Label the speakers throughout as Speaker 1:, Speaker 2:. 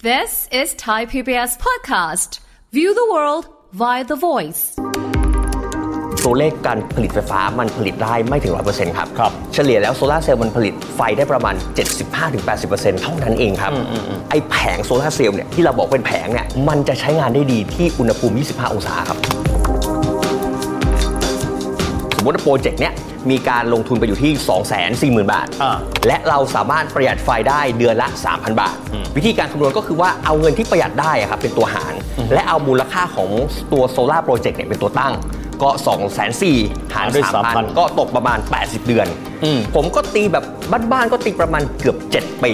Speaker 1: This is Thai PBS podcast. View the world via the voice.
Speaker 2: ตัวเลขการผลิตไฟฟ้ามันผลิตได้ไม่ถึง 100%ครับ
Speaker 3: ครับ
Speaker 2: เฉลี่ยแล้วโซลาร์เซลล์มันผลิตไฟได้ประมาณ 75-80%เท่านั้นเองครับ ไอ้แผงโซลาร์เซลล์เนี่ยที่เราบอกเป็นแผงเนี่ยมันจะใช้งานได้ดีที่อุณหภูมิ 25 องศาครับ สมมติว่าโปรเจกต์เนี้ยมีการลงทุนไปอยู่ที่ 240,000 บาท
Speaker 3: อ่า
Speaker 2: และเราสามารถประหยัดไฟได้เดือนละ 3,000 บาท วิธีการคำนวณก็คือว่าเอาเงินที่ประหยัดได้อะครับเป็นตัวหาร และเอามูลค่าของตัวโซลาร์โปรเจกต์เนี่ยเป็นตัวตั้ง ก็ 2 4 0 0 0หาร
Speaker 3: หารด้วย
Speaker 2: 3,000
Speaker 3: 3,000
Speaker 2: ก็ตกประมาณ 80 เดือน
Speaker 3: อืม
Speaker 2: ผมก็ตีแบบบ้านๆก็ตีประมาณเกือบ 7 ปี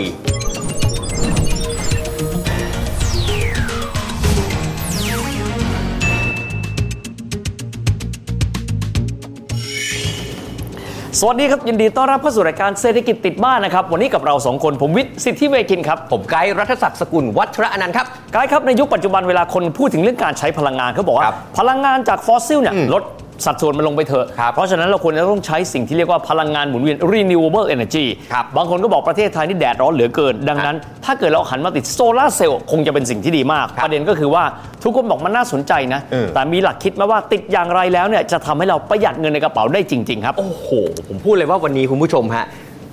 Speaker 3: สวัสดีครับ ยินดีต้อนรับเข้าสู่รายการเศรษฐกิจติดบ้านนะครับ วันนี้กับเราสองคนผมวิทย์สิทธิเวคินครับ
Speaker 2: ผมไกด์รัฐศักดิ์สกุลวัชระอนันต์ครับ
Speaker 3: กายครับในยุคปัจจุบันเวลาคนพูดถึงเรื่องการใช้พลังงานเขาบอกว่า
Speaker 2: ครับ
Speaker 3: พลังงานจากฟอสซิลเนี่ยลดสัดส่วนมันลงไปเถอะ
Speaker 2: ครับ
Speaker 3: เพราะฉะนั้นเราควรจะต้องใช้สิ่งที่เรียกว่าพลังงานหมุนเวียน renewable energy
Speaker 2: ครับ
Speaker 3: งคนก็บอกประเทศไทยนี่แดดร้อนเหลือเกิน ดังนั้น ถ้าเกิดเราหันมาติดโซลาร์เซลล์คงจะเป็นสิ่งที่ดีมาก
Speaker 2: ครับ
Speaker 3: ประเด็นก็คือว่าทุกคนบอกมันน่าสนใจนะ
Speaker 2: เออ
Speaker 3: แต่มีหลักคิดไหมว่าติดอย่างไรแล้วเนี่ยจะทำให้เราประหยัดเงินในกระเป๋าได้จริงๆครับ
Speaker 2: โอ้โห ผมพูดเลยว่าวันนี้คุณผู้ชมฮะ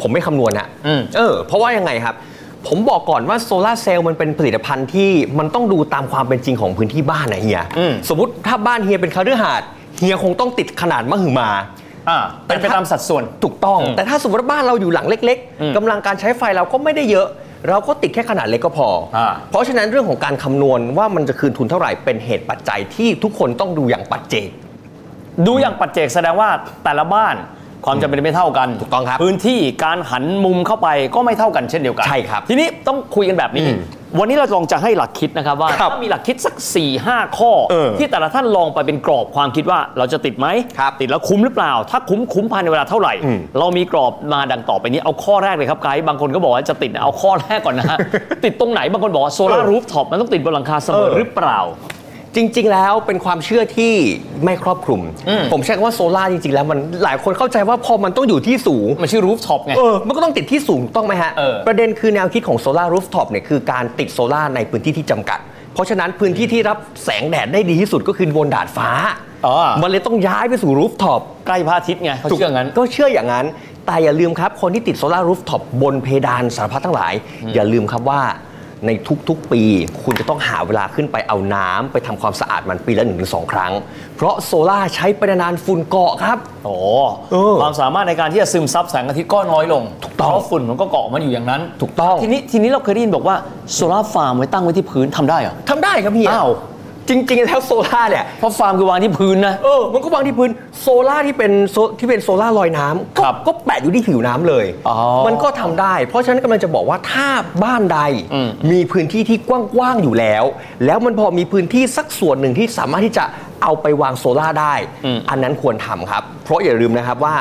Speaker 2: ผมไม่คำนวณฮะ
Speaker 3: อืม
Speaker 2: เออ เพราะว่ายังไงครับ ผมบอกก่อนว่าโซลาร์เซลล์มันเป็นผลิตภัณฑ์ที่มันต้องดูตามความเป็นจริงของพื้นที่บ้านนะเฮีย
Speaker 3: อืม
Speaker 2: สมมติถ้าบ้านเฮียเป็นคฤหาสน์เฮียคงต้องติดขนาดมหึมา
Speaker 3: อ่าเป็นไปตามสัดส่วน
Speaker 2: ถูกต้อง
Speaker 3: อืม
Speaker 2: แต่ถ้าสมมติว่าบ้านเราอยู่หลังเล็ก
Speaker 3: อืม
Speaker 2: ๆกำลังการใช้ไฟเราก็ไม่ได้เยอะ เราก็ติดแค่ขนาดเล็กก็พออา เพราะฉะนั้นเรื่องของการคำนวณว่ามันจะคืนทุนเท่าไหร่เป็นเหตุปัจจัยที่ทุกคนต้องดูอย่างปัจเจก
Speaker 3: ดูอย่างปัจเจกแสดงว่าแต่ละบ้านความจำเป็นไม่เท่ากัน
Speaker 2: ถูกต้องครับ
Speaker 3: พื้นที่การหันมุมเข้าไปก็ไม่เท่ากันเช่นเดียวกัน
Speaker 2: ใช่ครับ
Speaker 3: ทีนี้ต้องคุยกันแบบนี้
Speaker 2: อืม
Speaker 3: วันนี้เราลองจะให้หลักคิดนะครับว่า
Speaker 2: ครับ
Speaker 3: ถ้ามีหลักคิดสัก4ี่ห้าข้อ
Speaker 2: เออ
Speaker 3: ที่แต่ละท่านลองไปเป็นกรอบความคิดว่าเราจะติดไหม
Speaker 2: ครับ
Speaker 3: ติดแล้วคุ้มหรือเปล่า ถ้าคุ้มคุ้มภายในเวลาเท่าไหร่
Speaker 2: อืม
Speaker 3: เรามีกรอบมาดังต่อไปนี้เอาข้อแรกเลยครับไกด์บางคนก็บอกว่าจะติดนะเอาข้อแรกก่อน นะฮะ ติดตรงไหนบางคนบอกว่าโซลา
Speaker 2: เออ
Speaker 3: รูฟท็อปมันต้องติดบนหลังคาเสมอ
Speaker 2: เออ
Speaker 3: หรือเปล่า
Speaker 2: จริง ๆ แล้วเป็นความเชื่อที่ไม่ครอบคลุม
Speaker 3: อืม
Speaker 2: ผมใช้คำว่าโซล่าร์จริง ๆ แล้วมันหลายคนเข้าใจว่าพอมันต้องอยู่ที่สูง
Speaker 3: มันชื่อรูฟท็อปไง
Speaker 2: เออ มันก็ต้องติดที่สูงถูกต้องไหมฮะ
Speaker 3: เออ
Speaker 2: ประเด็นคือแนวคิดของโซลาร์รูฟท็อปเนี่ยคือการติดโซลาร์ในพื้นที่ที่จำกัด เพราะฉะนั้นพื้นที่ที่รับแสงแดดได้ดีที่สุดก็คือบนดาดฟ้า
Speaker 3: อ๋อ
Speaker 2: มันเลยต้องย้ายไปสู่รูฟท็อป
Speaker 3: ใกล้พระอาทิตย์ไงเขาเชื่องั้น
Speaker 2: ก็เชื่ออย่างนั้น แต่อย่าลืมครับ คนที่ติดโซลารูฟท็อปบนเพดานสารพัดทั้งหลาย อย่าลืมครับว่าในทุกๆ ปี คุณจะต้องหาเวลาขึ้นไปเอาน้ำไปทำความสะอาดมันปีละ1นถึงสครั้ง เพราะโซลาร์ใช้ไปนานๆฝุ่นเกาะครับ
Speaker 3: โอ้
Speaker 2: เออ
Speaker 3: ความสามารถในการที่จะซึมซับแสงอาทิตย์ก็น้อยลง
Speaker 2: ถูกต้อง
Speaker 3: เพราะฝุ่นมันก็เกาะมันอยู่อย่างนั้น
Speaker 2: ถูกต้อง
Speaker 3: ทีนี้ทีนี้เราเคยได้ยินบอกว่าโซลาร์ฟาร์มไว้ตั้งไว้ที่พื้นทำได้เหรอ
Speaker 2: ทำได้ครับเฮีย
Speaker 3: อ้าว
Speaker 2: จริง ๆ แล้วโซลาร์เนี่ย
Speaker 3: เพราะฟาร์มคือวางที่พื้นนะ
Speaker 2: เออ มันก็วางที่พื้นโซล่าที่เป็นโซที่เป็นโซล่าลอยน้ำก็
Speaker 3: ครับ
Speaker 2: ก็แปะอยู่ที่ผิวน้ำเลย
Speaker 3: อ๋อ
Speaker 2: มันก็ทำได้ เพราะฉะนั้นกำลังจะบอกว่าถ้าบ้านใด
Speaker 3: อืม
Speaker 2: มีพื้นที่ที่กว้าง ๆ อยู่แล้ว แล้วมันพอมีพื้นที่สักส่วนหนึ่งที่สามารถที่จะเอาไปวางโซล่าได้ อันนั้นควรทำครับ เพราะอย่าลืมนะครับว่า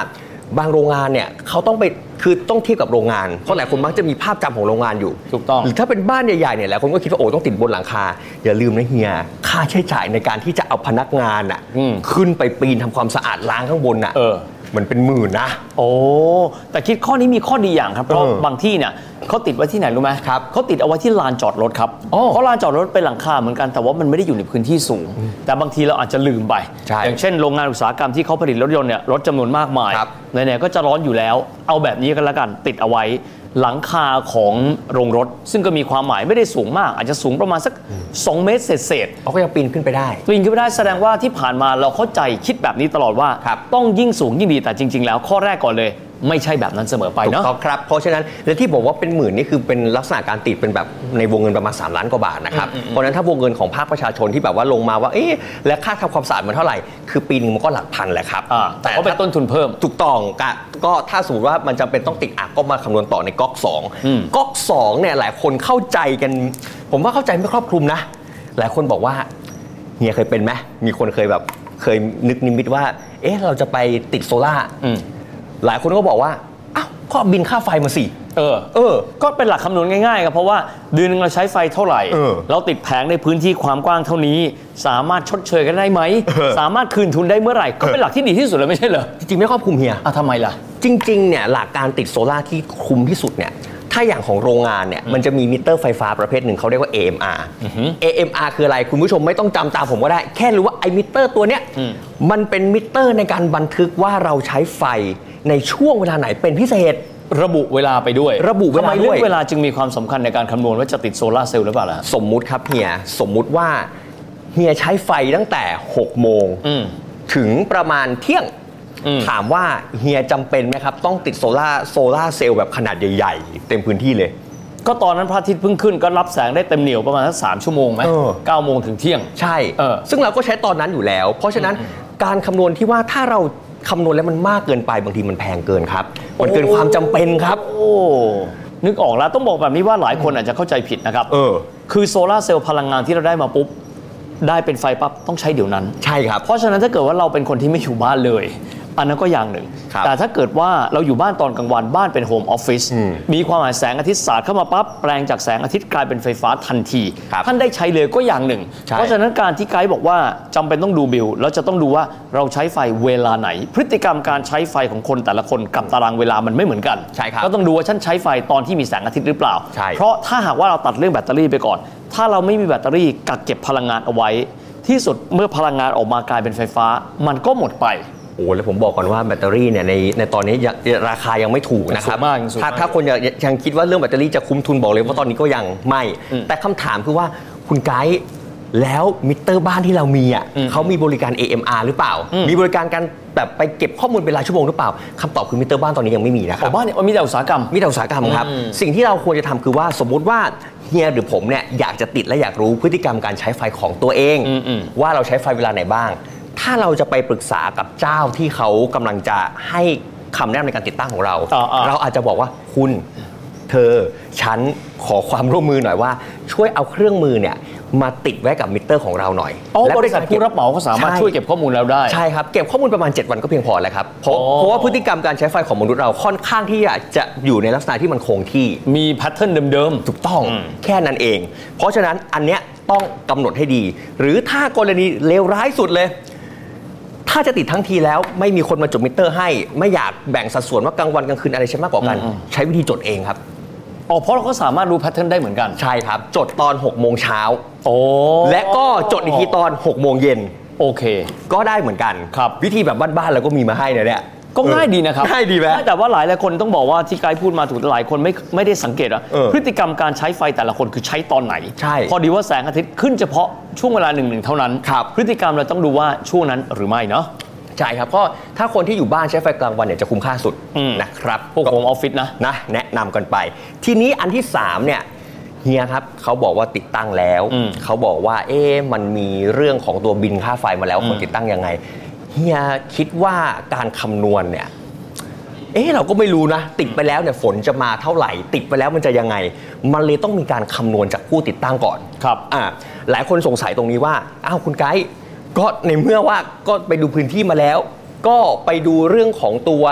Speaker 2: บางโรงงานเนี่ยเขาต้องไปคือต้องเทียบกับโรงงาน เพราะหลายคนมักจะมีภาพจำของโรงงานอยู่
Speaker 3: ถูกต้อง
Speaker 2: หรือถ้าเป็นบ้านใหญ่ๆเนี่ยหลายคนก็คิดว่าโอ้ต้องติดบนหลังคา อย่าลืมนะเฮีย ค่าใช้จ่ายในการที่จะเอาพนักงานอ่ะ
Speaker 3: อืม
Speaker 2: ขึ้นไปปีนทำความสะอาดล้างข้างบนอ่ะ
Speaker 3: เออ
Speaker 2: มันเป็นหมื่นนะ
Speaker 3: โอ้แต่คิดข้อนี้มีข้อดีอย่างครับเพราะ
Speaker 2: เออบ
Speaker 3: างที่เนี่ยเขาติดไว้ที่ไหนรู้ไหม
Speaker 2: ครับ
Speaker 3: เขาติดเอาไว้ที่ลานจอดรถครับ
Speaker 2: อ๋อ
Speaker 3: เพราะลานจอดรถเป็นหลังคาเหมือนกันแต่ว่ามันไม่ได้อยู่ในพื้นที่สูง แต่บางทีเราอาจจะลืมไป
Speaker 2: ใช่
Speaker 3: อย่างเช่นโรงงานอุตสาหกรรมที่เขาผลิตรถยนต์เนี่ยรถจำนวนมากมาย
Speaker 2: ครับ
Speaker 3: ไหนๆก็จะร้อนอยู่แล้ว เอาแบบนี้กันละกันติดเอาไว้ หลังคาของโรงรถ ซึ่งก็มีความหมายไม่ได้สูงมาก อาจจะสูงประมาณสัก 2 เมตรเศษๆ
Speaker 2: เขาก็ยังปีนขึ้นไปได้
Speaker 3: ปีนขึ้นไม่ได้แสดงว่าที่ผ่านมาเราเข้าใจคิดแบบนี้ตลอดว่า
Speaker 2: ครับ
Speaker 3: ต้องยิ่งสูงยิ่งดีแต่จริง ๆ แล้วข้อแรกก่อนเลย ไม่ใช่แบบนั้นเสมอไป
Speaker 2: ถู
Speaker 3: เนาะ
Speaker 2: กต้องครับ เพราะฉะนั้นและที่บอกว่าเป็นหมื่นนี่คือเป็นลักษณะการติดเป็นแบบในวงเงินประมาณ 3 ล้านกว่าบาทนะครับ เพราะฉะนั้นถ้าวงเงินของภาคประชาชนที่แบบว่าลงมาว่าเอ๊ะและค่าทำความสะอาดมันเท่าไหร่ คือปีนึงมันก็หลักพันแหละครับ
Speaker 3: อ่าแต่ก็เป็นต้นทุนเพิ่ม
Speaker 2: ถูกต้องกะก็ถ้าสมมติว่ามันจำเป็นต้องติดอ่ะก็มาคำนวณต่อในก๊อก
Speaker 3: อืม
Speaker 2: 2ก๊อก2เนี่ยหลายคนเข้าใจกัน ผมว่าเข้าใจไม่ครอบคลุมนะ หลายคนบอกว่าเฮียเคยเป็นไหมมีคนเคยแบบเคยนึกนิมิตว่า เอ๊ะเราจะไปติดโซล่า
Speaker 3: อืม
Speaker 2: หลายคนก็บอกว่า อ้าว ก็บินค่าไฟมาสิ
Speaker 3: เออ
Speaker 2: เออ
Speaker 3: ก็เป็นหลักคำนวณง่ายๆครับเพราะว่าเดือนหนึงเราใช้ไฟเท่าไหร่
Speaker 2: เออ
Speaker 3: เราติดแผงในพื้นที่ความกว้างเท่านี้ สามารถชดเชยกันได้ไหม
Speaker 2: เออ
Speaker 3: สามารถคืนทุนได้เมื่อไหร่ก็เป็นหลักที่ดีที่สุดเลยไม่ใช่เหรอ
Speaker 2: จริงๆ ไม่ครอบคลุมเฮีย
Speaker 3: อ่ะทำไมล่ะ
Speaker 2: จริง ๆ เนี่ย หลักการติดโซล่าร์ที่คุมที่สุดเนี่ย ถ้าอย่างของโรงงานเนี่ยมันจะมีมิเตอร์ไฟฟ้าประเภทหนึ่งเขาเรียกว่า AMR AMR คืออะไรคุณผู้ชมไม่ต้องจำตามผมก็ได้ แค่รู้ว่าไอ้มิเตอร์ตัวเนี้ยมันเป็นมิเตอร์ในการบันทึกว่าเราใช้ไฟในช่วงเวลาไหนเป็นพิเศษ
Speaker 3: ระบุเวลาไปด้วย
Speaker 2: ระบุเวลา
Speaker 3: ทำไมเรื่อ
Speaker 2: ด้วย
Speaker 3: งเวลาจึงมีความสำคัญในการคำนวณว่าจะติดโซลาร์เซลล์หรือเปล่าล่ะ
Speaker 2: สมมุติครับเฮียสมมุติว่าเฮียใช้ไฟตั้งแต่6โมง
Speaker 3: อืม
Speaker 2: ถึงประมาณเที่ยง
Speaker 3: อืม
Speaker 2: ถามว่าเฮียจำเป็นไหมครับ ต้องติดโซล่าโซล่าเซลล์แบบขนาดใหญ่ ๆ เต็มพื้นที่เลย
Speaker 3: ก็ตอนนั้นพระอาทิตย์เพิ่งขึ้นก็รับแสงได้เต็มเหนียวประมาณสักสามชั่วโมงไหม
Speaker 2: เออ
Speaker 3: เก้าโมงถึงเที่ยง
Speaker 2: ใช่
Speaker 3: เออ
Speaker 2: ซึ่งเราก็ใช้ตอนนั้นอยู่แล้ว เพราะฉะนั้นการคำนวณที่ว่าถ้าเราคำนวณแล้วมันมากเกินไปบางทีมันแพงเกินครับ มันเกินความจำเป็นครับ
Speaker 3: โอ้นึกออกแล้วต้องบอกแบบนี้ว่าหลายคนอาจจะเข้าใจผิดนะครับ
Speaker 2: เออ
Speaker 3: คือโซลาร์เซลล์พลังงานที่เราได้มาปุ๊บ ได้เป็นไฟปั๊บต้องใช้เดี๋ยวนั้น
Speaker 2: ใช่ครับ
Speaker 3: เพราะฉะนั้นถ้าเกิดว่าเราเป็นคนที่ไม่อยู่บ้านเลย อันนั้นก็อย่างหนึ่ง
Speaker 2: ครับ
Speaker 3: แต่ถ้าเกิดว่าเราอยู่บ้านตอนกลางวันบ้านเป็นโฮมออฟฟิศ
Speaker 2: อืม
Speaker 3: มีความหมายแสงอาทิตย์สาดเข้ามาปั๊บแปลงจากแสงอาทิตย์กลายเป็นไฟฟ้าทันที
Speaker 2: ครับ
Speaker 3: ท่านได้ใช้เลยก็อย่างหนึ่ง
Speaker 2: ใช่
Speaker 3: เพราะฉะนั้นการที่ไกด์บอกว่าจำเป็นต้องดูบิลแล้วจะต้องดูว่าเราใช้ไฟเวลาไหน พฤติกรรมการใช้ไฟของคนแต่ละคนกับตารางเวลามันไม่เหมือนกัน
Speaker 2: ใช่ครับ
Speaker 3: ก็ต้องดูว่าฉันใช้ไฟตอนที่มีแสงอาทิตย์หรือเปล่า
Speaker 2: ใช่
Speaker 3: เพราะถ้าหากว่าเราตัดเรื่องแบตเตอรี่ไปก่อน ถ้าเราไม่มีแบตเตอรี่กักเก็บพลังงานเอาไว้ ที่สุดเมื่อพลังงานออกมากลายเป็นไฟฟ้า มันก็หมดไป
Speaker 2: โอ้แล้วผมบอกก่อนว่าแบตเตอรี่เนี่ยในในตอนนี้ยังราคายังไม่ถูกนะครับ
Speaker 3: สูงมากยังสู
Speaker 2: ถ้าม
Speaker 3: งาก
Speaker 2: ถ้าคนยังยังคิดว่าเรื่องแบตเตอรี่จะคุ้มทุนบอกเลยว่าตอนนี้ก็ยังไม่ แต่คำถามคือว่าคุณไกด์แล้วมิเตอร์บ้านที่เรามีอ่ะเขามีบริการ AMR หรือเปล่า มีบริการการแบบไปเก็บข้อมูลเป็นรายชั่วโมงหรือเปล่าคำตอบคือมิเตอร์บ้านตอนนี้ยังไม่มีนะค
Speaker 3: อ
Speaker 2: รั
Speaker 3: อบ กบ้านเนี่ยมันมีแต่อุตสาหกรรม
Speaker 2: มิตรอุตสาหกรรมครับ สิ่งที่เราควรจะทำคือว่าสมมุติว่าเฮียหรือผมเนี่ยอยากจะติดและอยากรู้พฤติกรรมการใช้ไฟของตัวเอง
Speaker 3: อืมอืม
Speaker 2: ว่าเราใช้ไฟเวลาไหนบ้าง ถ้าเราจะไปปรึกษากับเจ้าที่เขากำลังจะให้คำแนะนำในการติดตั้งของเรา
Speaker 3: อ่าๆ
Speaker 2: เราอาจจะบอกว่าคุณเธอฉันขอความร่วมมือหน่อยว่า ช่วยเอาเครื่องมือเนี่ยมาติดไว้กับมิเตอร์ของเราหน่อย
Speaker 3: อ๋อ
Speaker 2: และ
Speaker 3: บ
Speaker 2: เป็น
Speaker 3: ริษัทผู้รับเหมาก็สามารถ
Speaker 2: ใ
Speaker 3: ช่วยเก็บข้อมูลเราได้
Speaker 2: ใช่ครับเก็บข้อมูลประมาณ 7 วันก็เพียงพอแล้วครับเพราะ
Speaker 3: อ๋อ
Speaker 2: เพราะว่าพฤติกรรมการใช้ไฟของมนุษย์เราค่อนข้างที่จะอยู่ในลักษณะที่มันคงที่
Speaker 3: มีแพทเทิร์นเดิม
Speaker 2: ถูกต้องแค่นั้นเอง เพราะฉะนั้นอันเนี้ยต้องกำหนดให้ดี หรือถ้ากรณีเลวร้ายสุดเลย ถ้าจะติดทั้งทีแล้วไม่มีคนมาจดมิเตอร์ให้ ไม่อยากแบ่งสัดส่วนว่ากลางวันกลางคืนอะไรใช้มากกว่ากัน ใช้วิธีจดเองครับ
Speaker 3: ๆอ๋อเพราะเราก็สามารถรู้แพทเทิร์นได้เหมือนกัน
Speaker 2: ใช่ครับ จดตอน6กโมงเช้า
Speaker 3: โอ้
Speaker 2: และก็จดอีกทีตอน6กโมงเย็น
Speaker 3: โอเค
Speaker 2: ก็ได้เหมือนกัน
Speaker 3: ครับ
Speaker 2: วิธีแบบบ้านๆเราก็มีมาให้นะเนี่ย
Speaker 3: ก็ง่ายดีนะครับ
Speaker 2: ง่ายดีไหม
Speaker 3: แต่ว่าหลายหลายคนต้องบอกว่าที่ไกด์พูดมาถูกแต่หลายคนไม่ไม่ได้สังเกตว่า
Speaker 2: เออ
Speaker 3: พฤติกรรมการใช้ไฟแต่ละคนคือใช้ตอนไหน
Speaker 2: ใช่
Speaker 3: พอดีว่าแสงอาทิตย์ขึ้นเฉพาะช่วงเวลาหนึ่งหนึ่งเท่านั้น
Speaker 2: ครับ
Speaker 3: พฤติกรรมเราต้องดูว่าช่วงนั้นหรือไม่เนาะ
Speaker 2: ใช่ครับก็ถ้าคนที่อยู่บ้านใช้ไฟกลางวันเนี่ยจะคุ้มค่าสุด
Speaker 3: อืม
Speaker 2: นะครับ
Speaker 3: พวกโฮมออฟฟิศนะ
Speaker 2: นะแนะนำกันไป ทีนี้อันที่ 3 เนี่ยเฮียครับเขาบอกว่าติดตั้งแล้ว
Speaker 3: อืม
Speaker 2: เขาบอกว่าเอ๊ะมันมีเรื่องของตัวบินค่าไฟมาแล้วคนติดตั้งยังไงเฮียคิดว่าการคำนวณเนี่ยเอ๊ะเราก็ไม่รู้นะ ติดไปแล้วเนี่ยฝนจะมาเท่าไหร่ ติดไปแล้วมันจะยังไง มันเลยต้องมีการคำนวณจากผู้ติดตั้งก่อน
Speaker 3: ครับ
Speaker 2: อ่าหลายคนสงสัยตรงนี้ว่า อ้าวคุณไกด์ก็ในเมื่อว่าก็ไปดูพื้นที่มาแล้ว ก็ไปดูเรื่องของตัว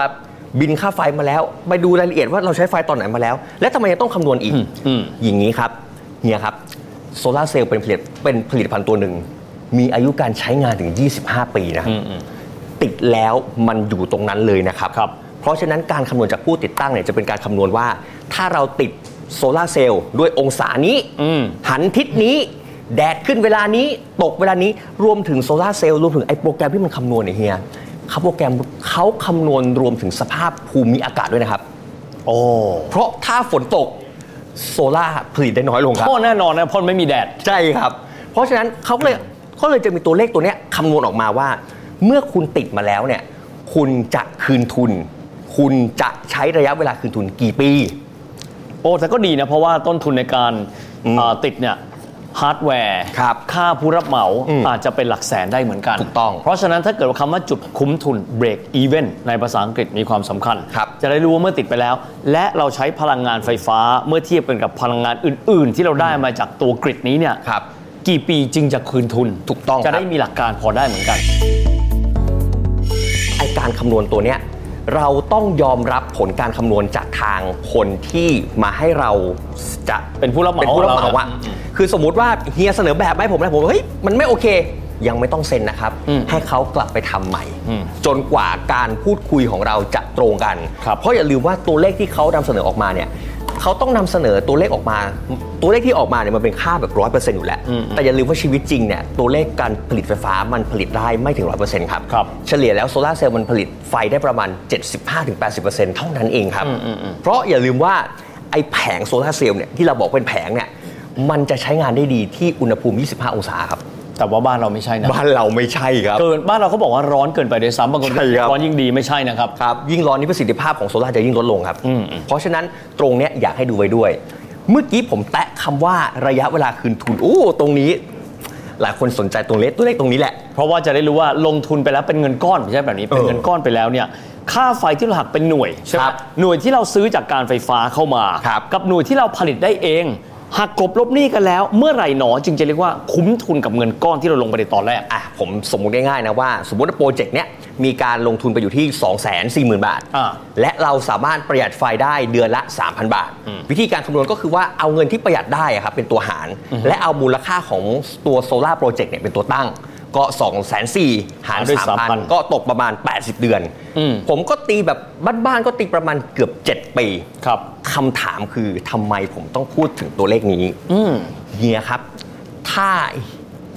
Speaker 2: บินค่าไฟมาแล้ว ไปดูรายละเอียดว่าเราใช้ไฟตอนไหนมาแล้ว และทำไมยังต้องคำนวณอีก
Speaker 3: อืมอืม
Speaker 2: อย่างนี้ครับเนี่ยครับโซลาร์เซลล์เป็นผลิตเป็นผลิตภัณฑ์ตัวหนึ่ง มีอายุการใช้งานถึง 25 ปีนะติดแล้วมันอยู่ตรงนั้นเลยนะครับ
Speaker 3: ครับ
Speaker 2: เพราะฉะนั้นการคำนวณจากผู้ติดตั้งเนี่ยจะเป็นการคำนวณว่า ถ้าเราติดโซลาร์เซลล์ด้วยองศานี้
Speaker 3: อืม
Speaker 2: หันทิศนี้ แดดขึ้นเวลานี้ตกเวลานี้รวมถึงโซลาร์เซลล์รวมถึงไอ้โปรแกรมที่มันคำนวณเนี่ยเฮียเขาโปรแกรมเขาคำนวณรวมถึงสภาพภูมิอากาศด้วยนะครับ
Speaker 3: โอ้
Speaker 2: เพราะถ้าฝนตกโซลาร์ผลิตได้น้อยลงครับ
Speaker 3: พ่อแน่นอนนะเพ่อไม่มีแดด
Speaker 2: ใช่ครับ เพราะฉะนั้นเขาก็เลยก็เลยจะมีตัวเลขตัวเนี้ยคำนวณออกมาว่า เมื่อคุณติดมาแล้วเนี่ย คุณจะคืนทุน คุณจะใช้ระยะเวลาคืนทุนกี่ปี
Speaker 3: โอ้แต่ก็ดีนะ เพราะว่าต้นทุนในการเอ่อติดเนี่ยฮาร์ดแวร์
Speaker 2: ครับ
Speaker 3: ค่าผู้รับเหมา
Speaker 2: อืม
Speaker 3: อาจจะเป็นหลักแสนได้เหมือนกัน
Speaker 2: ถูกต้อง
Speaker 3: เพราะฉะนั้นถ้าเกิดว่าคำว่าจุดคุ้มทุน break even ในภาษาอังกฤษมีความสำคัญ
Speaker 2: ครับ
Speaker 3: จะได้รู้ว่าเมื่อติดไปแล้ว และเราใช้พลังงานไฟฟ้าเมื่อเทียบกันกับพลังงานอื่น ๆ ที่เราได้มาจากตัวกริดนี้เนี่ย
Speaker 2: ครับ
Speaker 3: กี่ปีจึงจะคืนทุน
Speaker 2: ถูกต้องค
Speaker 3: จะ
Speaker 2: รับ
Speaker 3: ได้มีหลักการพอได้เหมือนกัน
Speaker 2: ไอการคำนวณตัวเนี้ยเราต้องยอมรับผลการคำนวณจากทางคนที่มาให้เราจะ
Speaker 3: เป็นผู้รับเหมา
Speaker 2: เป็นผู้รับเหมาอะ
Speaker 3: อืม
Speaker 2: คือสมมติว่าเฮียเสนอแบบให้ผมนะผมว่าเฮ้ยมันไม่โอเค ยังไม่ต้องเซ็นนะครับ
Speaker 3: อืม
Speaker 2: ให้เขากลับไปทำใหม่
Speaker 3: อืม
Speaker 2: จนกว่าการพูดคุยของเราจะตรงกัน
Speaker 3: ครับ
Speaker 2: เพราะอย่าลืมว่าตัวเลขที่เขานำเสนอออกมาเนี่ย เขาต้องนำเสนอตัวเลขออกมา ตัวเลขที่ออกมาเนี่ยมันเป็นค่าแบบร้อยเปอร์เซ็นต์อยู่แล้ว แต่อย่าลืมว่าชีวิตจริงเนี่ยตัวเลขการผลิตไฟฟ้ามันผลิตได้ไม่ถึงร้อยเปอร์เซ็นต์ครับ
Speaker 3: ครับ
Speaker 2: เฉลี่ยแล้วโซลาร์เซลล์มันผลิตไฟได้ประมาณ 75-80%เท่านั้นเองครับ เพราะอย่าลืมว่าไอ้แผงโซลาร์เซลล์เนี่ยที่เราบอกเป็นแผงเนี่ยมันจะใช้งานได้ดีที่อุณหภูมิ 25 องศาครับ
Speaker 3: แต่ว่าบ้านเราไม่ใช่นะ
Speaker 2: บ้านเราไม่ใช่ครับ
Speaker 3: เกินบ้านเราเขาบอกว่าร้อนเกินไปด้วยซ้ำบางคน
Speaker 2: ใช่ครับ
Speaker 3: ร้อนยิ่งดีไม่ใช่นะครับ
Speaker 2: ครับยิ่งร้อนนี่ประสิทธิภาพของโซลาร์จะยิ่งลดลงครับ เพราะฉะนั้นตรงเนี้ยอยากให้ดูไว้ด้วย เมื่อกี้ผมแตะคำว่าระยะเวลาคืนทุนโอ้ตรงนี้ หลายคนสนใจตรงเลขตัวเลขตรงนี้แหละ
Speaker 3: เพราะว่าจะได้รู้ว่าลงทุนไปแล้วเป็นเงินก้อนไม่ใช่แบบนี้เป็นเงินก้อนไปแล้วเนี่ยค่าไฟที่เราหักเป็นหน่วยใช่ไหม
Speaker 2: ครับ
Speaker 3: หน่วยที่เราซื้อจากการไฟฟ้าเข้ามา
Speaker 2: ครับ
Speaker 3: กับหน่วยที่เราผลิตได้เองหักกลบลบหนี้กันแล้ว เมื่อไหร่หนอจึงจะเรียกว่าคุ้มทุนกับเงินก้อนที่เราลงไปในตอนแรก
Speaker 2: อ่ะผมสมมุติง่ายๆนะว่า สมมติว่าโปรเจกต์เนี้ยมีการลงทุนไปอยู่ที่ 2 4 0 0 0 0 บาท
Speaker 3: อ่า
Speaker 2: และเราสามารถประหยัดไฟได้เดือนละ 3,000 บาท วิธีการคำนวณก็คือว่าเอาเงินที่ประหยัดได้อะครับเป็นตัวหาร และเอามูลค่าของตัวโซลาร์โปรเจกต์เนี่ยเป็นตัวตั้ง ก็2 4 0 0 0หาร
Speaker 3: ด้วย3,000
Speaker 2: 3,000 ก็ตกประมาณ 80 เดือน ผมก็ตีแบบบ้านๆก็ตีประมาณเกือบ 7 ปี
Speaker 3: ครับ
Speaker 2: คำถามคือทำไมผมต้องพูดถึงตัวเลขนี้เฮียครับ ถ้า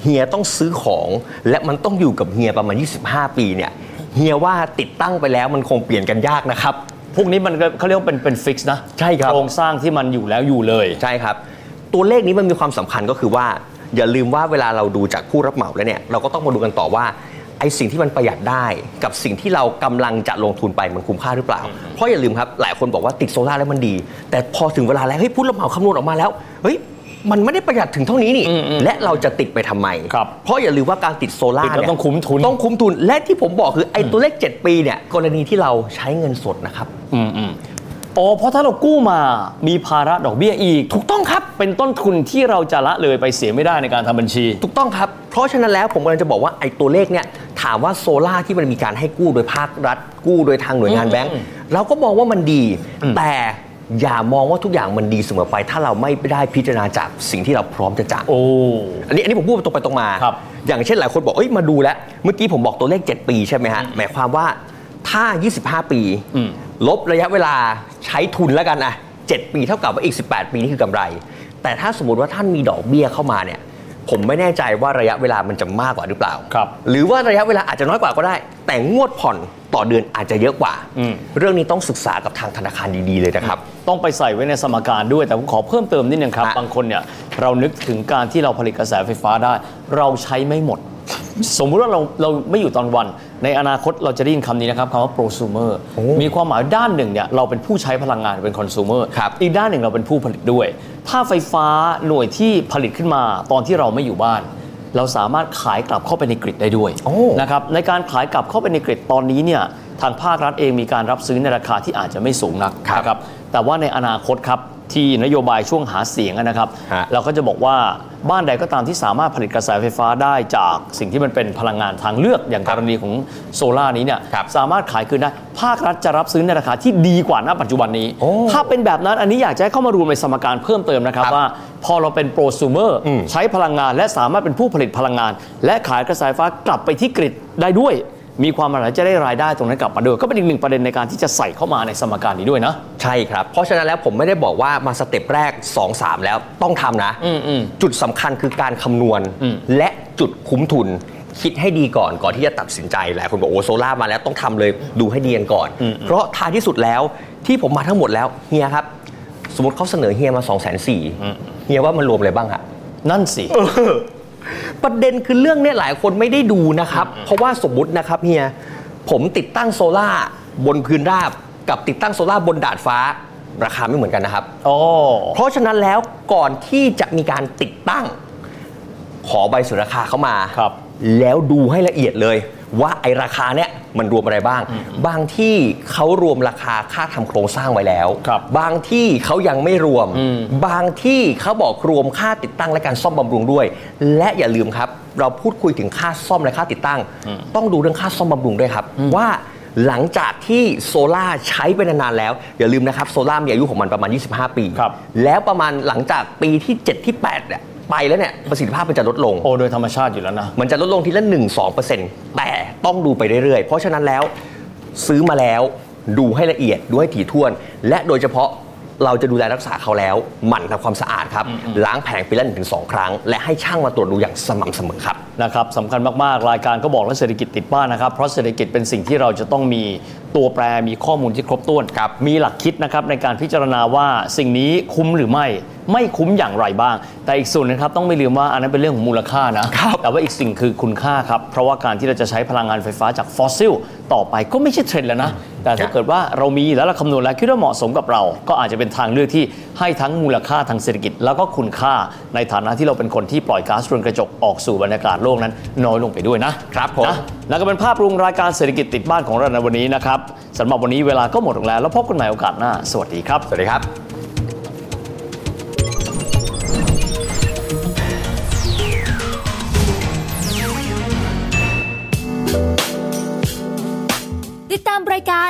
Speaker 2: เฮียต้องซื้อของ และมันต้องอยู่กับเฮียประมาณ 25 ปีเนี่ยเฮียว่าติดตั้งไปแล้วมันคงเปลี่ยนกันยากนะครับ
Speaker 3: พวกนี้มันก็เขาเรียกว่าเป็นเป็นฟิกซ์นะ
Speaker 2: ใช่ครับ
Speaker 3: โครงสร้างที่มันอยู่แล้วอยู่เลย
Speaker 2: ใช่ครับ ตัวเลขนี้มันมีความสำคัญก็คือว่า อย่าลืมว่าเวลาเราดูจากผู้รับเหมาแล้วเนี่ยเราก็ต้องมาดูกันต่อว่าไอ้สิ่งที่มันประหยัดได้ กับสิ่งที่เรากำลังจะลงทุนไปมันคุ้มค่าหรือเปล่า เพราะอย่าลืมครับหลายคนบอกว่าติดโซล่าร์แล้วมันดี แต่พอถึงเวลาแล้วเฮ้ยผู้รับเหมาคำนวณออกมาแล้วเฮ้ยมันไม่ได้ประหยัดถึงเท่านี้นี่และเราจะติดไปทำไม
Speaker 3: ครับ
Speaker 2: เพราะอย่าลืมว่าการติดโซล่าร์
Speaker 3: ติดแล้
Speaker 2: เนี่ยว
Speaker 3: ต้องคุ้มทุน
Speaker 2: ต้องคุ้มทุนและที่ผมบอกคือไอ้ตัวเลข 7 ปีเนี่ยกรณีที่เราใช้เงินสดนะครับ
Speaker 3: อืมอืมอ๋อเพราะถ้าเรากู้มามีภาระดอกเบี้ยอีก
Speaker 2: ถูกต้องครับ
Speaker 3: เป็นต้นทุนที่เราจะละเลยไปเสียไม่ได้ในการทำบัญชี
Speaker 2: ถูกต้องครับ เพราะฉะนั้นแล้วผมกำลังจะบอกว่าไอ้ตัวเลขเนี่ยถามว่าโซล่าที่มันมีการให้กู้โดยภาครัฐ กู้โดยทางหน่วยงานแบงก์เราก็มองว่ามันดี แต่อย่ามองว่าทุกอย่างมันดีเสมอไป ถ้าเราไม่ได้พิจารณาจากสิ่งที่เราพร้อมจะจ่าย
Speaker 3: โอ้
Speaker 2: อันนี้อันนี้ผมพูดตรงไปตรงมา
Speaker 3: ครับ
Speaker 2: อย่างเช่นหลายคนบอก เอ้ย มาดูแล้ว เมื่อกี้ผมบอกตัวเลข 7 ปีใช่ไหมฮะ หมายความว่าถ้า 25 ปี
Speaker 3: อืม
Speaker 2: ลบระยะเวลาใช้ทุนแล้วกันนะ7ปีเท่ากับว่าอีก 18 ปีนี่คือกำไร แต่ถ้าสมมติว่าท่านมีดอกเบี้ยเข้ามาเนี่ย ผมไม่แน่ใจว่าระยะเวลามันจะมากกว่าหรือเปล่า
Speaker 3: ครับ
Speaker 2: หรือว่าระยะเวลาอาจจะน้อยกว่าก็ได้ แต่งวดผ่อนต่อเดือนอาจจะเยอะกว่า เรื่องนี้ต้องศึกษากับทางธนาคารดีๆเลยนะครับ
Speaker 3: ต้องไปใส่ไว้ในสมการด้วยแต่ผมขอเพิ่มเติมนิดนึงครับ
Speaker 2: อ่ะ
Speaker 3: บางคนเนี่ยเรานึกถึงการที่เราผลิตกระแสไฟฟ้าได้ เราใช้ไม่หมด สมมุติว่าเราเราไม่อยู่ตอนวัน ในอนาคตเราจะได้ยินคำนี้นะครับคำว่า prosumer มีความหมายด้านหนึ่งเนี่ยเราเป็นผู้ใช้พลังงานเป็น consumer
Speaker 2: ครับ
Speaker 3: อีกด้านหนึ่งเราเป็นผู้ผลิตด้วย ถ้าไฟฟ้าหน่วยที่ผลิตขึ้นมาตอนที่เราไม่อยู่บ้าน เราสามารถขายกลับเข้าไปในกริดได้ด้วย
Speaker 2: โอ้
Speaker 3: นะ นะครับในการขายกลับเข้าไปในกริดตอนนี้เนี่ยทางภาครัฐเองมีการรับซื้อในราคาที่อาจจะไม่สูงนัก
Speaker 2: ครับ
Speaker 3: นะครับแต่ว่าในอนาคตครับที่นโยบายช่วงหาเสียงอะนะครับ
Speaker 2: ฮะ
Speaker 3: เราก็จะบอกว่าบ้านใดก็ตามที่สามารถผลิตกระแสไฟฟ้าได้จากสิ่งที่มันเป็นพลังงานทางเลือกอย่างกรณีของโซลาร์นี้เนี่ย
Speaker 2: ครับ
Speaker 3: สามารถขายคืนได้ภาครัฐจะรับซื้อในราคาที่ดีกว่าณปัจจุบันนี้
Speaker 2: โอ้
Speaker 3: ถ้าเป็นแบบนั้นอันนี้อยากจะให้เข้ามารวมในสมการเพิ่มเติมนะครับ
Speaker 2: ครับ
Speaker 3: ว่า พอเราเป็นโปรซูเมอร์ใช้พลังงานและสามารถเป็นผู้ผลิตพลังงาน และขายกระแสไฟฟ้ากลับไปที่กริดได้ด้วย มีความหมายจะได้รายได้ตรงนั้นกลับมาด้วยก็เป็นอีกหนึ่งประเด็นในการที่จะใส่เข้ามาในสมการนี้ด้วยนะ
Speaker 2: ใช่ครับ เพราะฉะนั้นแล้วผมไม่ได้บอกว่ามาสเต็ปแรก 2 3 แล้วต้องทำนะ จุดสำคัญคือการคำนวณ และจุดคุ้มทุน คิดให้ดีก่อนก่อนที่จะตัดสินใจหลายคนบอกโอ้โซล่ามาแล้วต้องทำเลยดูให้ดีกันก่อน เพราะท้ายที่สุดแล้วที่ผมมาทั้งหมดแล้วเฮียครับ สมมติเขาเสนอเฮียมา 2 4 0 0 0 0เฮียว่ามันรวมอะไรบ้างฮะ
Speaker 3: นั่นสิ
Speaker 2: ประเด็นคือเรื่องเนี้ยหลายคนไม่ได้ดูนะครับ เพราะว่าสมมตินะครับเฮียผมติดตั้งโซล่าร์บนพื้นราบ กับติดตั้งโซล่าร์บนดาดฟ้า ราคาไม่เหมือนกันนะครับ
Speaker 3: โอ้
Speaker 2: เพราะฉะนั้นแล้วก่อนที่จะมีการติดตั้ง ขอใบสุราคาเข้ามา
Speaker 3: ครับ
Speaker 2: แล้วดูให้ละเอียดเลย ว่าไอราคาเนี่ยมันรวมอะไรบ้าง บางที่เขารวมราคาค่าทำโครงสร้างไว้แล้ว
Speaker 3: ครับ
Speaker 2: งที่เขายังไม่รวม บางที่เขาบอกรวมค่าติดตั้งและการซ่อมบำรุงด้วย และอย่าลืมครับ เราพูดคุยถึงค่าซ่อมและค่าติดตั้ง ต้องดูเรื่องค่าซ่อมบำรุงด้วยครับ ว่าหลังจากที่โซล่าใช้ไปนานๆแล้ว อย่าลืมนะครับโซล่ามีอายุของมันประมาณ 25 ปี
Speaker 3: ครับ
Speaker 2: แล้วประมาณหลังจากปีที่ 7 ที่8เนี่ยไปแล้วเนี่ยประสิทธิภาพมันจะลดลง
Speaker 3: โอโดยธรรมชาติอยู่แล้วนะ
Speaker 2: มันจะลดลงทีละ 1-2%แต่ต้องดูไปเรื่อยๆ เพราะฉะนั้นแล้วซื้อมาแล้วดูให้ละเอียด ดูให้ถี่ถ้วน และโดยเฉพาะ เราจะดูแลรักษาเขาแล้วหมั่นทำความสะอาดครับ ล้างแผงปีละหนึ่งถึงสองครั้ง และให้ช่างมาตรวจดูอย่างสม่ำเสมอครับ
Speaker 3: นะครับสำคัญมากๆ รายการก็บอกแล้วเศรษฐกิจติดบ้านนะครับ เพราะเศรษฐกิจเป็นสิ่งที่เราจะต้องมีตัวแปรมีข้อมูลที่ครบถ้วน
Speaker 2: ครับ
Speaker 3: มีหลักคิดนะครับในการพิจารณาว่าสิ่งนี้คุ้มหรือไม่ ไม่คุ้มอย่างไรบ้าง แต่อีกส่วนนะครับต้องไม่ลืมว่าอันนั้นเป็นเรื่องของมูลค่านะ แต่ว่าอีกสิ่งคือคุณค่าครับ เพราะว่าการที่เราจะใช้พลังงานไฟฟ้าจากฟอสซิลต่อไปก็ไม่ใช่เทรนด์แล้วนะ แต่ถ้าเกิดว่าเรามีแล้วเราคำนวณแล้วคิดว่าเหมาะสมกับเรา ก็อาจจะเป็นทางเลือกที่ให้ทั้งมูลค่าทางเศรษฐกิจ แล้วก็คุณค่าในฐานะที่เราเป็นคนที่ปล่อยก๊าซเรือนกระจกออกสู่บรรยากาศโลกนั้น น้อยลงไปด้วยนะครับ
Speaker 2: ผม
Speaker 3: นะ นั่นก็เป็นภาพรวมรายการเศรษฐกิจติดบ้านของเราในวันนี้นะครับสำหรับวันนี้เวลาก็หมดลงแล้วแล้วพบกันใหม่โอกาสหน้าสวัสดีครับ
Speaker 2: สวัสดีครับ
Speaker 4: ติดตามรายการ